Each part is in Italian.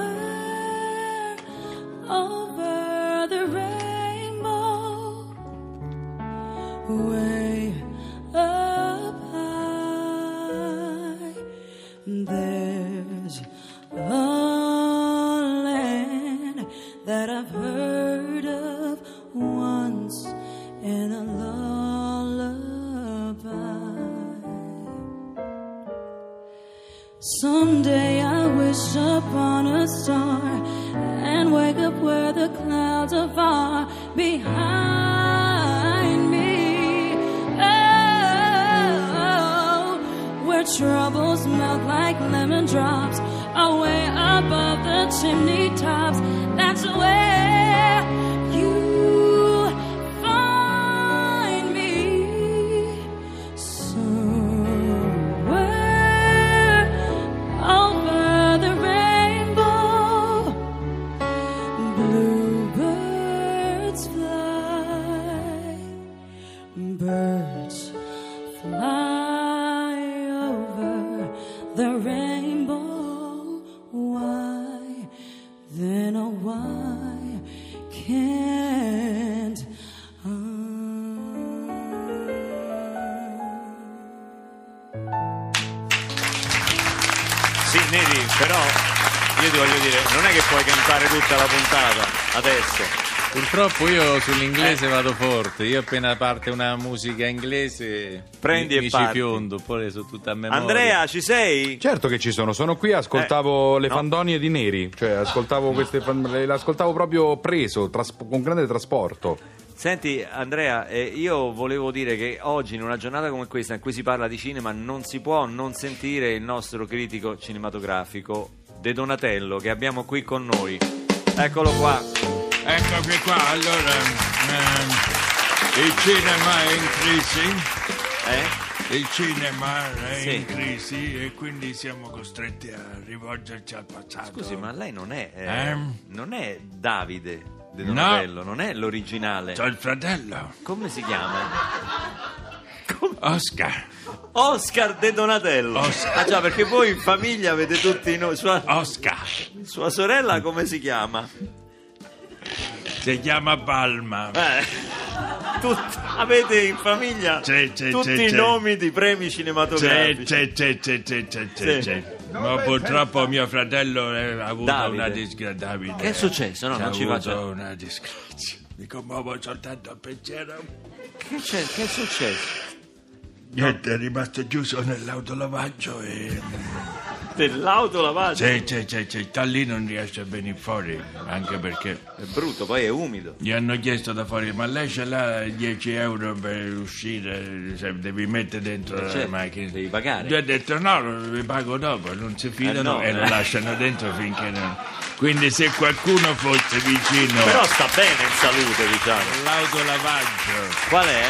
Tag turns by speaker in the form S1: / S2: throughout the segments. S1: Somewhere over the rainbow, way up high, there's a land that I've heard of once in a lullaby. Someday I wish upon a star and wake up where the clouds are far behind me. Oh, where troubles melt like lemon drops, away above the chimney tops. That's where you find me. Somewhere over the rainbow, bluebirds fly, birds fly over the rainbow. Why then, oh, why can't I?
S2: Sì, Neri, però io ti voglio dire, non è che puoi cantare tutta la puntata adesso.
S3: Purtroppo io sull'inglese
S2: Eh.
S3: vado forte, io appena parte una musica inglese
S2: Prendi
S3: mi,
S2: e
S3: mi ci
S2: parti.
S3: fiondo, poi le so tutta a memoria.
S2: Andrea, ci sei?
S4: Certo che ci sono, sono qui, ascoltavo
S2: Eh,
S4: le
S2: no.
S4: fandonie di Neri, cioè ascoltavo queste fan- le- l'ascoltavo proprio preso, tras- con grande trasporto.
S2: Senti Andrea, eh, io volevo dire che oggi in una giornata come questa in cui si parla di cinema non si può non sentire il nostro critico cinematografico De Donatello che abbiamo qui con noi. Eccolo qua.
S5: Ecco che qua, allora, ehm, il cinema è in crisi,
S2: Eh?
S5: il cinema è
S2: Sì.
S5: in crisi e quindi siamo costretti a rivolgerci al passato.
S2: Scusi, ma lei non è eh,
S5: Ehm.
S2: non è Davide De
S5: No. Cioè-
S2: Donatello, non è l'originale.
S5: C'ho il fratello,
S2: Come si chiama?
S5: Oscar.
S2: Oscar De Donatello.
S5: Oscar.
S2: Ah già, perché voi in famiglia avete tutti noi. Sua,
S5: Oscar,
S2: sua sorella come si chiama?
S5: si chiama Palma.
S2: Eh, tut- avete in famiglia
S5: Sì, sì,
S2: tutti
S5: sì,
S2: i
S5: sì.
S2: nomi di premi
S5: Sì,
S2: cinematografici.
S5: sì, sì, sì, sì, sì,
S2: Sì.
S5: sì, sì. Ma purtroppo mio fratello eh, ha avuto
S2: Davide.
S5: una disgrazia. Davide.
S2: Che è successo? No,
S5: Ha
S2: non ci
S5: avuto
S2: faccia-
S5: una disgrazia. Mi commuovo soltanto al pensiero.
S2: Che, c'è- che è successo?
S5: Niente, è rimasto chiuso nell'autolavaggio e...
S2: Dell'auto lavata.
S5: Sì, sì, sì, sì, sta lì non riesce a venire fuori, anche perché
S2: È brutto, poi è umido.
S5: gli hanno chiesto da fuori, ma lei ce l'ha 10 euro per uscire, se devi mettere dentro la
S2: certo,
S5: macchina.
S2: devi pagare.
S5: Gli ho detto no, lo- vi pago dopo, non si fidano
S2: no,
S5: e lo
S2: eh.
S5: lasciano dentro finché non... Quindi se qualcuno fosse vicino
S2: Però sta bene in salute, diciamo.
S5: all'autolavaggio
S2: Qual è?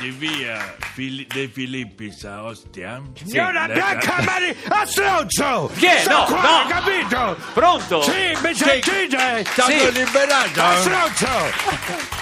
S5: di via Fili- De Filippis a Ostia...
S2: Sì.
S6: Ora
S5: Eh,
S6: bianca mani a stronzo!
S2: Chi è?
S6: Sono
S2: No,
S6: qua,
S2: no.
S6: capito?
S5: Oh.
S2: Pronto?
S6: Sì, mi sentite?
S5: Sono
S2: Sì.
S6: A
S5: liberato!
S6: stronzo!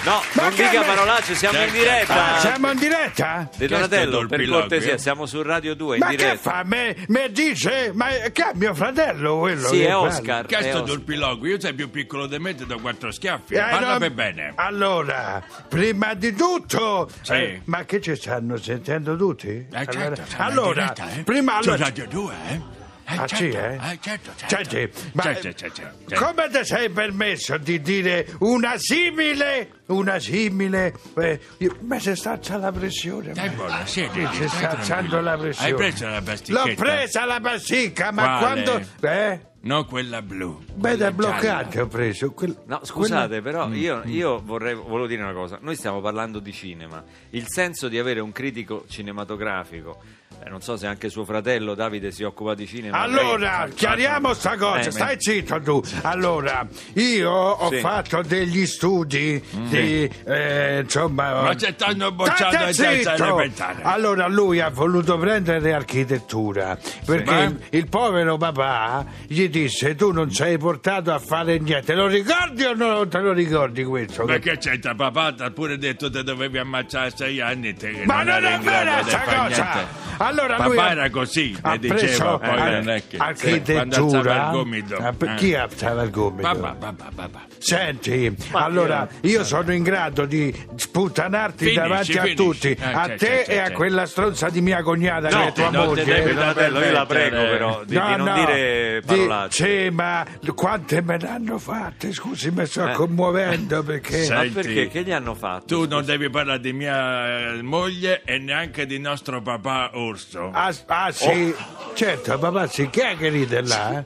S2: No,
S6: Ma
S2: non
S6: che
S2: dica
S6: me-
S2: parolacce, siamo in
S5: Certo.
S2: diretta.
S5: Ah,
S6: Siamo in diretta?
S2: De
S5: Che è stato
S2: Donatello,
S5: il
S2: per
S5: pilloquio?
S2: cortesia, siamo su Radio 2 in
S6: Ma
S2: diretta.
S6: che fa? Me, me dice? Ma che è mio fratello quello?
S2: Sì,
S6: che
S2: è
S6: parla?
S2: Oscar.
S5: Che è
S2: è
S5: stato
S2: Oscar.
S5: il piloquio? Io sei più piccolo di me, ti do quattro schiaffi.
S6: Eh,
S5: Parla
S6: no,
S5: per bene.
S6: Allora, prima di tutto, eh,
S5: Sì.
S6: ma che ci stanno sentendo tutti?
S5: Eh, certo,
S6: allora,
S5: siamo in
S6: allora,
S5: diretta, eh.
S6: prima
S5: Su
S6: allora,
S5: Radio 2, eh? Eh,
S6: Ah,
S5: certo,
S6: sì, eh?
S5: certo, certo.
S6: Senti, ma eh,
S5: Certo, certo, certo.
S6: come ti sei permesso di dire una simile, una simile? eh, io- ma si sta alzando la pressione.
S5: Dai,
S6: ma-
S5: buona, siedi,
S6: mi
S5: stai
S6: si sta
S5: tranquillo.
S6: alzando la pressione.
S5: Hai preso la pasticchetta?
S6: L'ho presa la pasticca, ma
S5: Quale?
S6: quando... Eh?
S5: No, quella blu.
S6: Beh,
S5: quella
S6: da bloccante ho preso. quel-
S2: No, scusate, però io, io vorrei, volevo dire una cosa. Noi stiamo parlando di cinema. Il senso di avere un critico cinematografico
S7: Eh, non so se anche suo fratello Davide si occupa di cinema. Eh,
S6: Allora,
S7: Lei-
S6: chiariamo sta cosa,
S7: Eh,
S6: stai
S7: beh.
S6: zitto tu. Allora, io ho
S7: Sì.
S6: fatto degli studi di eh, insomma.
S5: Mm. Ma
S6: ho-
S5: ci stanno bocciando
S6: State
S5: in terza
S6: zitto!
S5: elementare.
S6: Allora lui ha voluto prendere architettura perché
S5: Ma?
S6: il, il povero papà gli disse tu non sei portato a fare niente. Te lo ricordi o non te lo ricordi questo?
S5: Ma che c'entra papà? T'ha pure detto che dovevi ammazzare a sei anni. te che
S6: Ma non
S5: eri
S6: è
S5: in grado
S6: vera
S5: di
S6: sta
S5: far
S6: cosa!
S5: niente.
S6: Allora
S5: Papà
S6: lui ha-
S5: era così,
S6: ha
S5: le diceva,
S6: preso
S5: poi
S6: ar-
S5: non è che- quando alzava
S6: architettura.
S5: il gomito.
S6: Ah, per-
S5: Eh.
S6: Chi alzava il gomito?
S5: Papà, papà, papà.
S6: Senti, allora io sono in grado di sputtanarti
S5: Finisci,
S6: davanti
S5: finisci.
S6: a tutti,
S5: Eh,
S6: a
S5: c'è,
S6: te
S5: c'è, c'è,
S6: e a
S5: c'è.
S6: quella stronza di mia cognata che è tua
S5: no, te
S6: moglie.
S5: devi
S7: Eh, fratello, io la prego
S3: permettere.
S7: però di,
S6: No,
S7: di non
S6: no,
S7: dire
S6: di-
S7: parolacce.
S6: sì, ma quante me ne hanno fatte? Scusi, mi sto commuovendo perché.
S5: Eh. Sì.
S7: Ma
S5: Senti.
S7: perché? Che gli hanno fatto?
S5: Tu non devi parlare di mia eh, moglie e neanche di nostro papà Orso.
S6: Ah, ah, sì,
S5: Oh.
S6: certo, papà, sì, chi è che ride là? eh?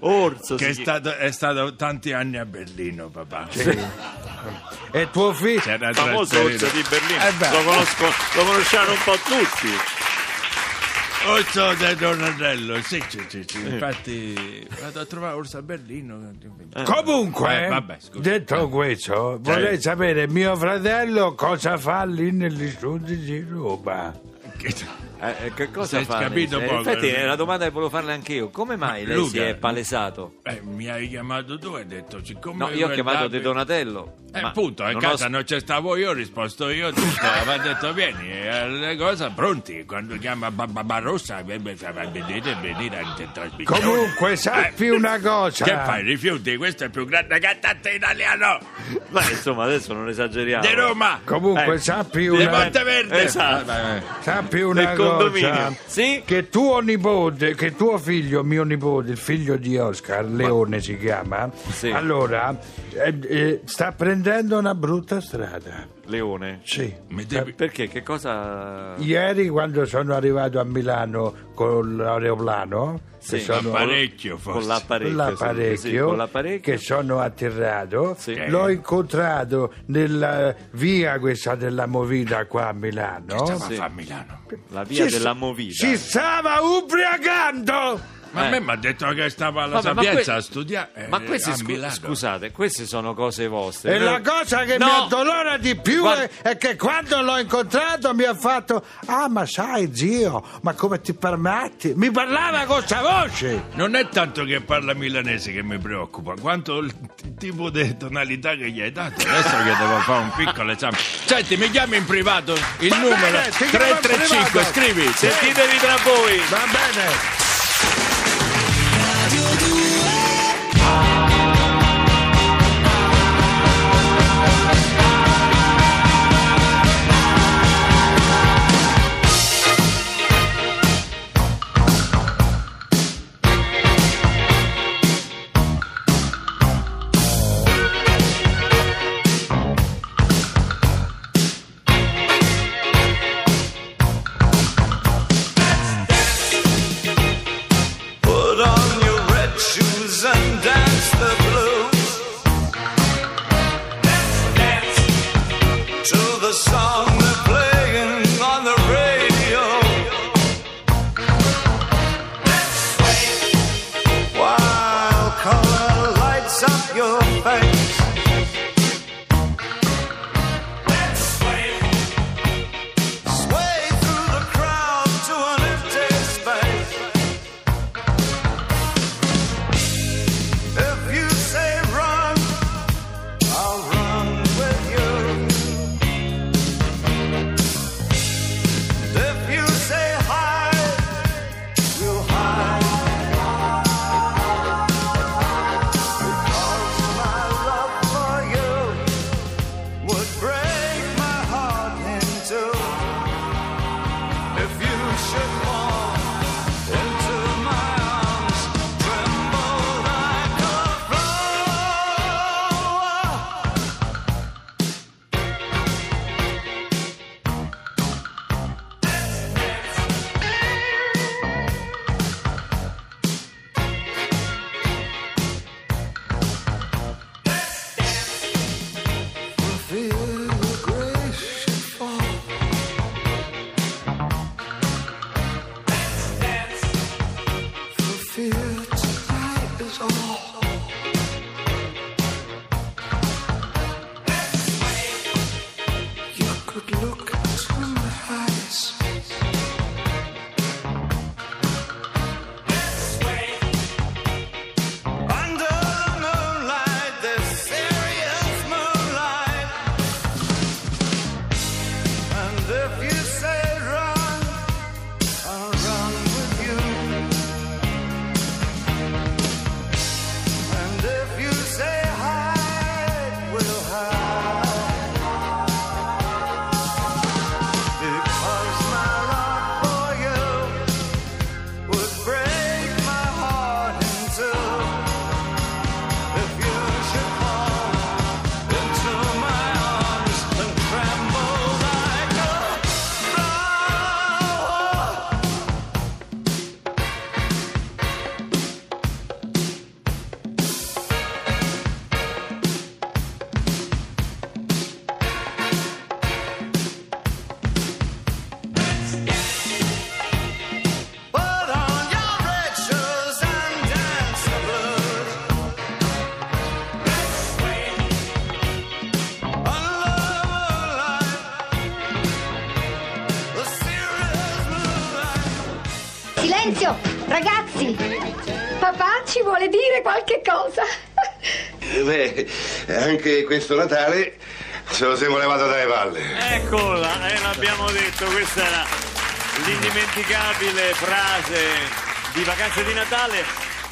S7: Orso
S5: Che è
S7: si
S5: stato, è stato tanti anni a Berlino, papà.
S6: E tuo figlio?
S5: C'era
S8: Il famoso
S5: trasferito.
S8: orso di Berlino.
S5: Eh beh.
S8: lo, conosco, lo conosciamo un po' tutti.
S5: Orso del Donatello, sì, sì, sì, sì. Infatti vado a trovare Orso a Berlino.
S6: Comunque,
S5: Eh, Cioè- vabbè, scusa.
S6: detto questo, vorrei sapere mio fratello cosa fa lì negli studi di Roma.
S7: Eh, eh, che cosa
S5: Si è
S7: fa?
S5: capito
S7: Eh,
S5: poco,
S7: Infatti
S5: eh.
S7: è la domanda che volevo farle anch'io. Come mai lei
S5: Luca.
S7: si è palesato?
S5: Eh, mi hai chiamato tu e hai detto siccome...
S7: No, io ho chiamato
S5: guardavi-
S7: De Donatello.
S5: Eh,
S7: ma
S5: appunto, a
S7: non
S5: casa
S7: ho-
S5: non c'è stavo io, ho risposto io, tutto, aveva detto vieni, eh, le cose pronti, quando chiama Babba Barrossa, venite, venire anche in trasmissione.
S6: Comunque, sappi una cosa.
S5: Eh. Che fai, rifiuti? Questo è il più grande cantante italiano
S7: Ma insomma, adesso non esageriamo.
S5: di Roma,
S6: Comunque,
S7: Eh,
S6: sappi
S5: di
S6: una,
S5: Monteverde.
S7: Esatto.
S6: sappi una
S7: del condominio.
S6: cosa.
S7: Sì?
S6: Che tuo nipote, che tuo figlio, mio nipote, il figlio di Oscar, Leone si chiama,
S7: Sì.
S6: allora eh, eh, sta prendendo una brutta strada.
S7: Leone.
S6: Sì.
S5: Mi devi-
S7: Perché? Che cosa...
S6: Ieri quando sono arrivato a Milano con l'aeroplano, che
S7: Sì,
S6: sono
S5: Parecchio forse.
S7: Con l'apparecchio. sì, sì,
S6: l'apparecchio,
S7: con l'apparecchio.
S6: che sono atterrato,
S7: Sì.
S6: l'ho incontrato nella via questa della Movida qua a Milano.
S5: Stava a fare a Milano.
S7: La via
S6: Ci-
S7: della movida.
S6: Si stava ubriacando!
S5: Ma a me mi ha detto che stava alla
S7: Eh. Vabbè, ma
S5: Sapienza
S7: que-
S5: a studiare.
S7: Ma
S5: eh,
S7: queste
S5: a
S7: scu-
S5: Milano.
S7: scusate, queste sono cose vostre.
S6: E
S7: Noi-
S6: la cosa che
S7: No!
S6: mi addolora di più
S7: Guarda-
S6: è, è che quando l'ho incontrato mi ha fatto Ah ma sai zio, ma come ti permetti? Mi parlava con sta voce!
S5: Non è tanto che parla milanese che mi preoccupa, quanto il t- tipo di tonalità che gli hai dato. Adesso che devo fare un piccolo esame. Senti, mi chiami in privato il
S6: Va bene,
S5: numero
S6: ti chiamo in
S5: 335,
S6: privato.
S5: scrivi.
S7: Sentitevi tra voi.
S6: Va bene!
S8: Put on your red shoes.
S9: Silenzio, ragazzi! Papà ci vuole dire qualche cosa.
S10: Eh, Beh, anche questo Natale se lo siamo levato dalle palle.
S11: Eccola, eh, l'abbiamo detto, questa era
S2: l'indimenticabile frase di vacanze di Natale.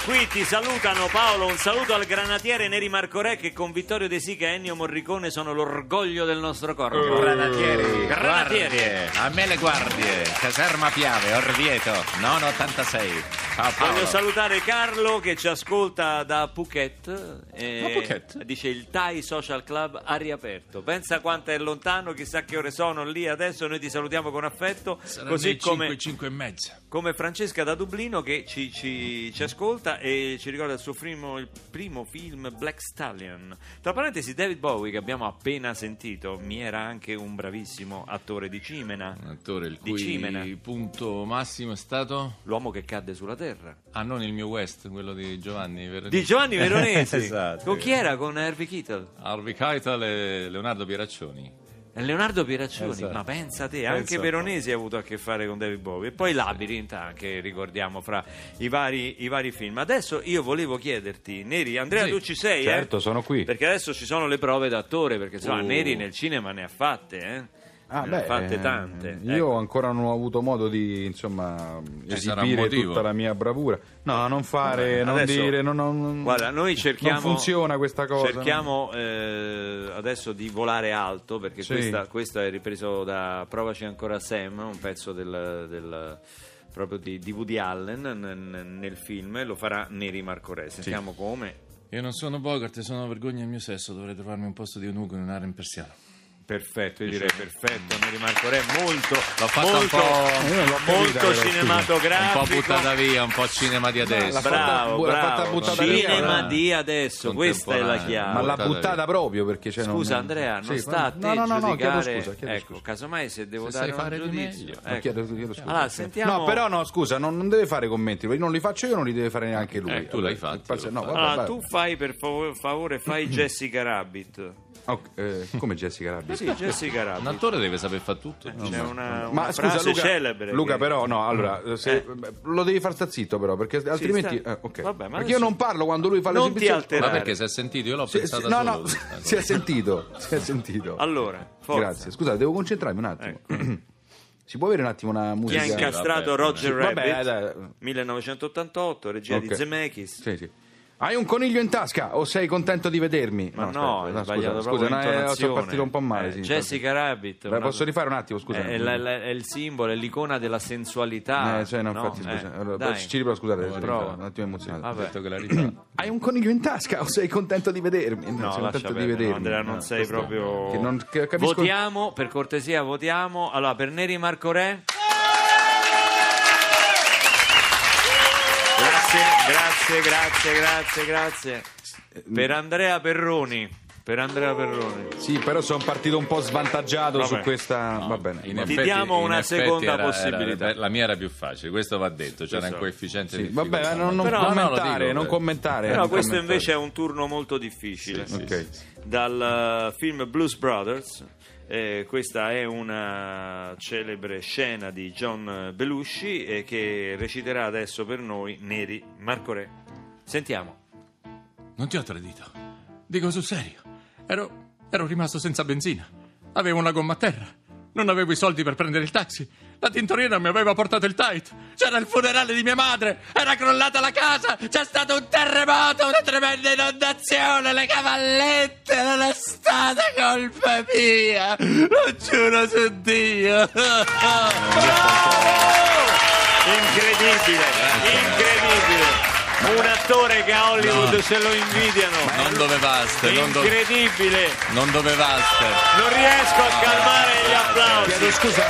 S2: Qui ti salutano Paolo, un saluto al granatiere Neri Marcorè che con Vittorio De Sica e Ennio Morricone sono l'orgoglio del nostro
S6: Eh,
S2: corpo.
S5: Granatieri,
S2: Granatieri.
S5: guardie, a me le guardie, caserma Piave, Orvieto, 986. Ciao
S2: Voglio
S5: Paolo.
S2: salutare Carlo che ci ascolta da Phuket. eh,
S5: Da Phuket?
S2: Dice il Thai Social Club ha riaperto. Pensa quanto è lontano, chissà che ore sono lì adesso. Noi ti salutiamo con affetto.
S12: Saranno
S2: così
S12: le
S2: come,
S12: 5, 5 e mezza.
S2: come Francesca da Dublino che ci, ci- ci ascolta e ci ricorda il suo primo, il primo film Black Stallion. Tra parentesi, David Bowie che abbiamo appena sentito, mi era anche un bravissimo attore di Cimena.
S5: Un attore il
S2: Di Cimena.
S5: cui punto massimo è stato...
S2: L'uomo che cadde sulla terra.
S5: Ah, non il mio West, quello di Giovanni Veronesi.
S2: Di Giovanni Veronesi.
S5: esatto.
S2: Con chi era? Con Harvey Keitel.
S5: Harvey Keitel e Leonardo Pieraccioni.
S2: E Eh, Leonardo Pieraccioni,
S5: Esatto.
S2: ma pensa te,
S5: Pensa
S2: anche
S6: Esatto.
S5: un po'.
S2: Veronesi ha avuto a che fare con David Bowie. E poi Labyrinth anche, ricordiamo, fra i vari, i vari film. Adesso io volevo chiederti, Neri, Andrea
S5: Sì,
S2: tu ci sei?
S6: certo,
S2: eh?
S6: sono qui. Oh.
S2: Perché adesso ci sono le prove d'attore, perché insomma
S5: Uh.
S2: Neri nel cinema ne ha fatte, eh?
S6: Ah,
S2: ne ha
S6: beh,
S2: fatte
S6: eh,
S2: tante. ecco.
S6: Io ancora non ho avuto modo di, insomma,
S5: sarà un
S6: esibire
S5: motivo.
S6: tutta la mia bravura. No, non fare,
S2: Vabbè,
S6: Eh, non
S2: adesso-
S6: dire, non, non-
S2: Guarda, noi cerchiamo.
S6: Non funziona questa cosa.
S2: Cerchiamo eh, adesso di volare alto perché
S6: Sì.
S2: questa, questo è ripreso da Provaci ancora Sam, un pezzo del. del- proprio di, di Woody Allen n- n- nel film e lo farà Neri Marco Re. Sentiamo come.
S5: Io non sono Bogart e sono vergogna del mio sesso, dovrei trovarmi un posto di eunuco in un'area impersiana.
S2: Perfetto, io direi perfetto. Neri Marco Re, molto.
S5: L'ho fatta un
S2: molto,
S5: po'-
S6: Io non l'ho capita,
S2: molto
S6: però, scusa.
S2: cinematografico.
S5: Un po' buttata via, un po' cinema di adesso.
S6: fatta-
S2: Bravo,
S6: l'ha fatta
S2: bravo.
S6: buttata
S5: via,
S2: Cinema
S5: bravo.
S2: di adesso, questa è la
S5: Contemporanea.
S2: chiave.
S6: Ma l'ha
S5: buttata
S6: buttata
S5: via.
S6: proprio perché c'è
S2: Scusa Andrea, non
S6: Sì,
S2: sta a te
S6: no, no, no, no,
S2: giudicare.
S6: chiedo scusa, chiedo
S2: ecco,
S6: scusa.
S2: casomai se devo
S5: Se
S2: dare
S5: sai
S2: un
S5: fare di
S2: giudizio.
S5: meglio.
S6: No,
S2: ecco.
S6: chiedo- chiedo scusa.
S2: Allora, sentiamo
S6: No, però no, scusa, non, non deve fare commenti, perché non li faccio io, non li deve fare neanche lui.
S5: Eh, tu l'hai fatto,
S6: Forse-
S5: io
S6: no,
S5: l'ho
S6: vabbè,
S2: Allora,
S6: vabbè.
S2: Ah, tu fai per favo- favore fai Jessica Rabbit.
S6: Ok, eh, come Jessica Rabbia?
S2: Sì, Jessica
S5: Un
S2: Rabbit.
S5: attore deve saper fare
S6: Eh,
S5: tutto.
S2: C'è una, una
S6: Ma scusa
S2: frase
S6: Luca,
S2: celebre.
S6: Luca
S2: che-
S6: però no, allora se-
S2: Eh.
S6: lo devi far sta zitto però perché altrimenti
S2: sta-
S6: eh, ok.
S2: Vabbè, ma
S6: perché
S2: adesso-
S6: io non parlo quando lui fa le
S2: Non ti
S6: esibizioni. Eh,
S2: alterare.
S5: Ma perché si è sentito? Io l'ho
S6: Sì,
S5: pensata
S6: sì, no,
S5: solo.
S6: no, si è sentito, si è sentito.
S2: Allora, forza. Ecco.
S6: Grazie. Scusa, devo concentrarmi un attimo. si può avere un attimo una
S2: Chi
S6: musica?
S2: ha incastrato
S5: vabbè,
S2: Roger
S6: vabbè,
S2: Rabbit?
S6: dai.
S2: 1988, regia di
S6: Ok.
S2: Zemeckis.
S6: Sì, sì. Hai un coniglio in tasca o sei contento di vedermi?
S2: Ma no,
S6: aspetta,
S2: hai sbagliato
S6: scusa,
S2: proprio
S6: scusa, no, eh, sono
S2: l'intonazione.
S6: partito un po' male.
S2: Eh,
S6: sì,
S2: Jessica Rabbit.
S6: infatti. Beh,
S2: una- Eh,
S6: posso rifare un attimo, scusa.
S2: È, la- la- è il simbolo, è l'icona della sensualità.
S6: Eh, cioè, no, infatti,
S2: eh,
S6: scusa. Allora,
S2: dai.
S6: ci riprovo, scusate, sono
S2: Prova.
S6: un attimo emozionato.
S5: Ho
S2: Vabbè.
S5: detto che la rifà.
S6: Hai un coniglio in tasca o sei contento di vedermi?
S2: No,
S6: sei
S2: lascia
S6: contento
S2: perdere,
S6: di vedermi.
S2: no, Andrea, non
S6: No,
S2: sei proprio.
S6: che non- che capisco-
S2: Votiamo, per cortesia, votiamo. Allora, per Neri Marco Re. Grazie, grazie, grazie, grazie, grazie.
S6: eh,
S2: Per Andrea Perroni. Per Andrea Perroni.
S6: Sì, però sono partito un po' svantaggiato
S2: Vabbè.
S6: su questa. Va bene.
S5: In
S6: va
S2: Ti
S5: effetti-
S2: diamo
S5: in
S2: una
S5: effetti
S2: seconda
S5: era- era-
S2: possibilità.
S5: la mia era più facile, questo va detto. C'era un coefficiente
S6: Esatto. Sì,
S5: di
S6: vabbè,
S5: difficoltà.
S6: non, non
S2: Però-
S5: No, no, lo
S6: commentare,
S5: dico,
S6: non
S5: eh.
S6: commentare.
S2: Però
S6: non
S2: questo
S6: commentare.
S2: invece è un turno molto difficile.
S5: Sì, sì,
S6: Ok.
S5: sì.
S2: Dal eh, film Blues Brothers. eh, questa è una celebre scena di John Belushi eh, che reciterà adesso per noi Neri Marco Re. Sentiamo.
S12: Non ti ho tradito. Dico sul serio. Ero, ero rimasto senza benzina. Avevo una gomma a terra. Non avevo i soldi per prendere il taxi. La tintoriera mi aveva portato il tight. C'era il funerale di mia madre. Era crollata la casa. C'è stato un terremoto, una tremenda inondazione. Le cavallette. Non è stata colpa mia. Lo giuro su Dio.
S2: Incredibile,
S5: Eh,
S2: incredibile. Un attore che a Hollywood
S5: No.
S2: se lo invidiano.
S5: Non dovevate, non, do-
S2: Incredibile.
S5: non dovevate.
S2: Non riesco a calmare gli applausi.
S6: Chiedo scusa,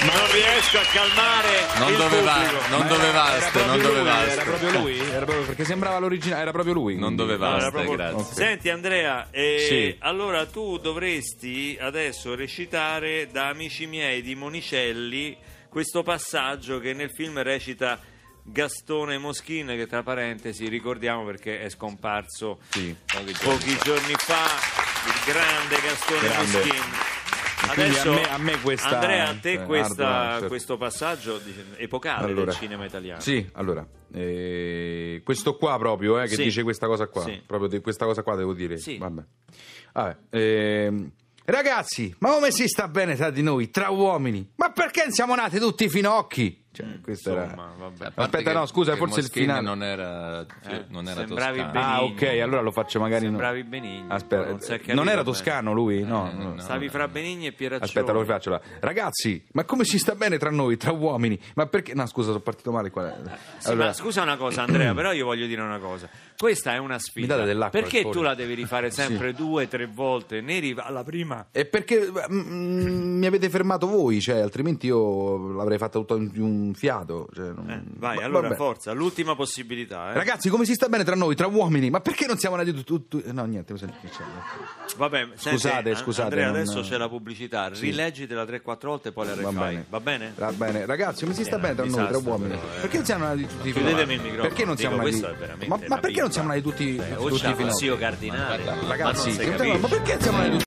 S2: Non riesco a calmare
S5: Non
S2: il
S5: dovevate,
S2: pubblico.
S5: non dovevate, non
S6: proprio lui, era
S5: dovevate.
S6: proprio lui, era proprio- perché sembrava l'originale, era proprio lui.
S5: Non
S6: quindi.
S2: No, era
S5: dovevate,
S2: proprio-
S5: grazie.
S2: Senti Andrea, eh,
S5: Sì.
S2: allora tu dovresti adesso recitare da Amici miei di Monicelli questo passaggio che nel film recita Gastone Moschin che tra parentesi ricordiamo perché è scomparso
S6: Sì.
S2: pochi giorni fa il grande Gastone
S6: Grande.
S2: Moschin.
S6: Quindi
S2: Adesso,
S6: a me- a me questa-
S2: Andrea, a te
S6: cioè,
S2: questa-
S6: hardware, certo.
S2: questo passaggio dice- epocale del cinema italiano.
S6: Sì, allora. eh, questo qua proprio, eh, che
S2: Sì.
S6: dice questa cosa qua.
S2: Sì.
S6: Proprio di questa cosa qua devo dire.
S2: Sì.
S6: Vabbè. Vabbè, ehm,
S13: Ragazzi, ma come si sta bene tra di noi, tra uomini? Ma perché non siamo nati tutti finocchi?
S2: Mm,
S6: cioè, questa
S5: Ma
S6: era...
S5: vabbè, a parte
S6: Aspetta,
S5: che-
S6: no, scusa,
S5: che
S6: forse il
S5: Moschini
S6: finale. Eh.
S5: non era, non era
S2: sembravi
S5: toscano.
S2: benissimo.
S6: Ah, ok, allora lo faccio magari. no.
S2: Sembravi Benigni,
S6: Aspetta,
S2: non si è
S6: eh,
S2: capito
S6: non, era
S2: bene. Eh,
S6: toscano lui? No, no.
S2: Stavi fra Benigni e Pieraccioni.
S6: Aspetta, lo rifaccio. là. Ragazzi, ma come si sta bene tra noi, tra uomini? Ma perché. No, scusa, sono partito male. Qua.
S2: Sì, ma scusa una cosa, Andrea, però io voglio dire una cosa. Questa è una sfida.
S6: date dell'acqua,
S2: Perché
S6: per
S2: tu
S6: favore.
S2: la devi rifare sempre due, tre volte? Neri alla prima.
S6: E perché mm, mi avete fermato voi? Cioè, altrimenti io l'avrei fatta tutta in in un fiato. cioè, non-
S2: Eh, vai,
S6: Va-
S2: allora
S6: vabbè.
S2: forza, l'ultima possibilità. eh.
S6: Ragazzi, come si sta bene tra noi, tra uomini? Ma perché non siamo nati tutti? tutti- No, niente, mi sento- cioè,
S2: Vabbè, senti,
S6: Scusate,
S2: An-
S6: scusate,
S2: Andrea,
S6: non-
S2: adesso c'è la pubblicità. Rileggitela 3-4 volte e poi la
S6: Va
S2: rifai.
S6: bene.
S2: Va bene?
S6: Va bene, ragazzi, come si sta
S2: Era
S6: bene tra
S2: un
S6: noi, tra
S2: Eh, disastro,
S6: uomini?
S2: però, eh.
S6: Perché non siamo nati
S2: Chiudetemi
S6: tutti finocchi?
S2: il microfono,
S6: Perché non
S2: dico,
S6: siamo
S2: questo è
S6: nati?
S2: veramente
S6: Ma,
S2: una
S6: ma perché
S2: pippa.
S6: non siamo nati tutti,
S2: Eh, o
S6: tutti
S2: c'ha un
S6: finocchi?
S2: zio cardinale.
S6: Ragazzi,
S2: ma non si
S6: sentiamo,
S2: capisce.
S6: ma perché non siamo nati tutti?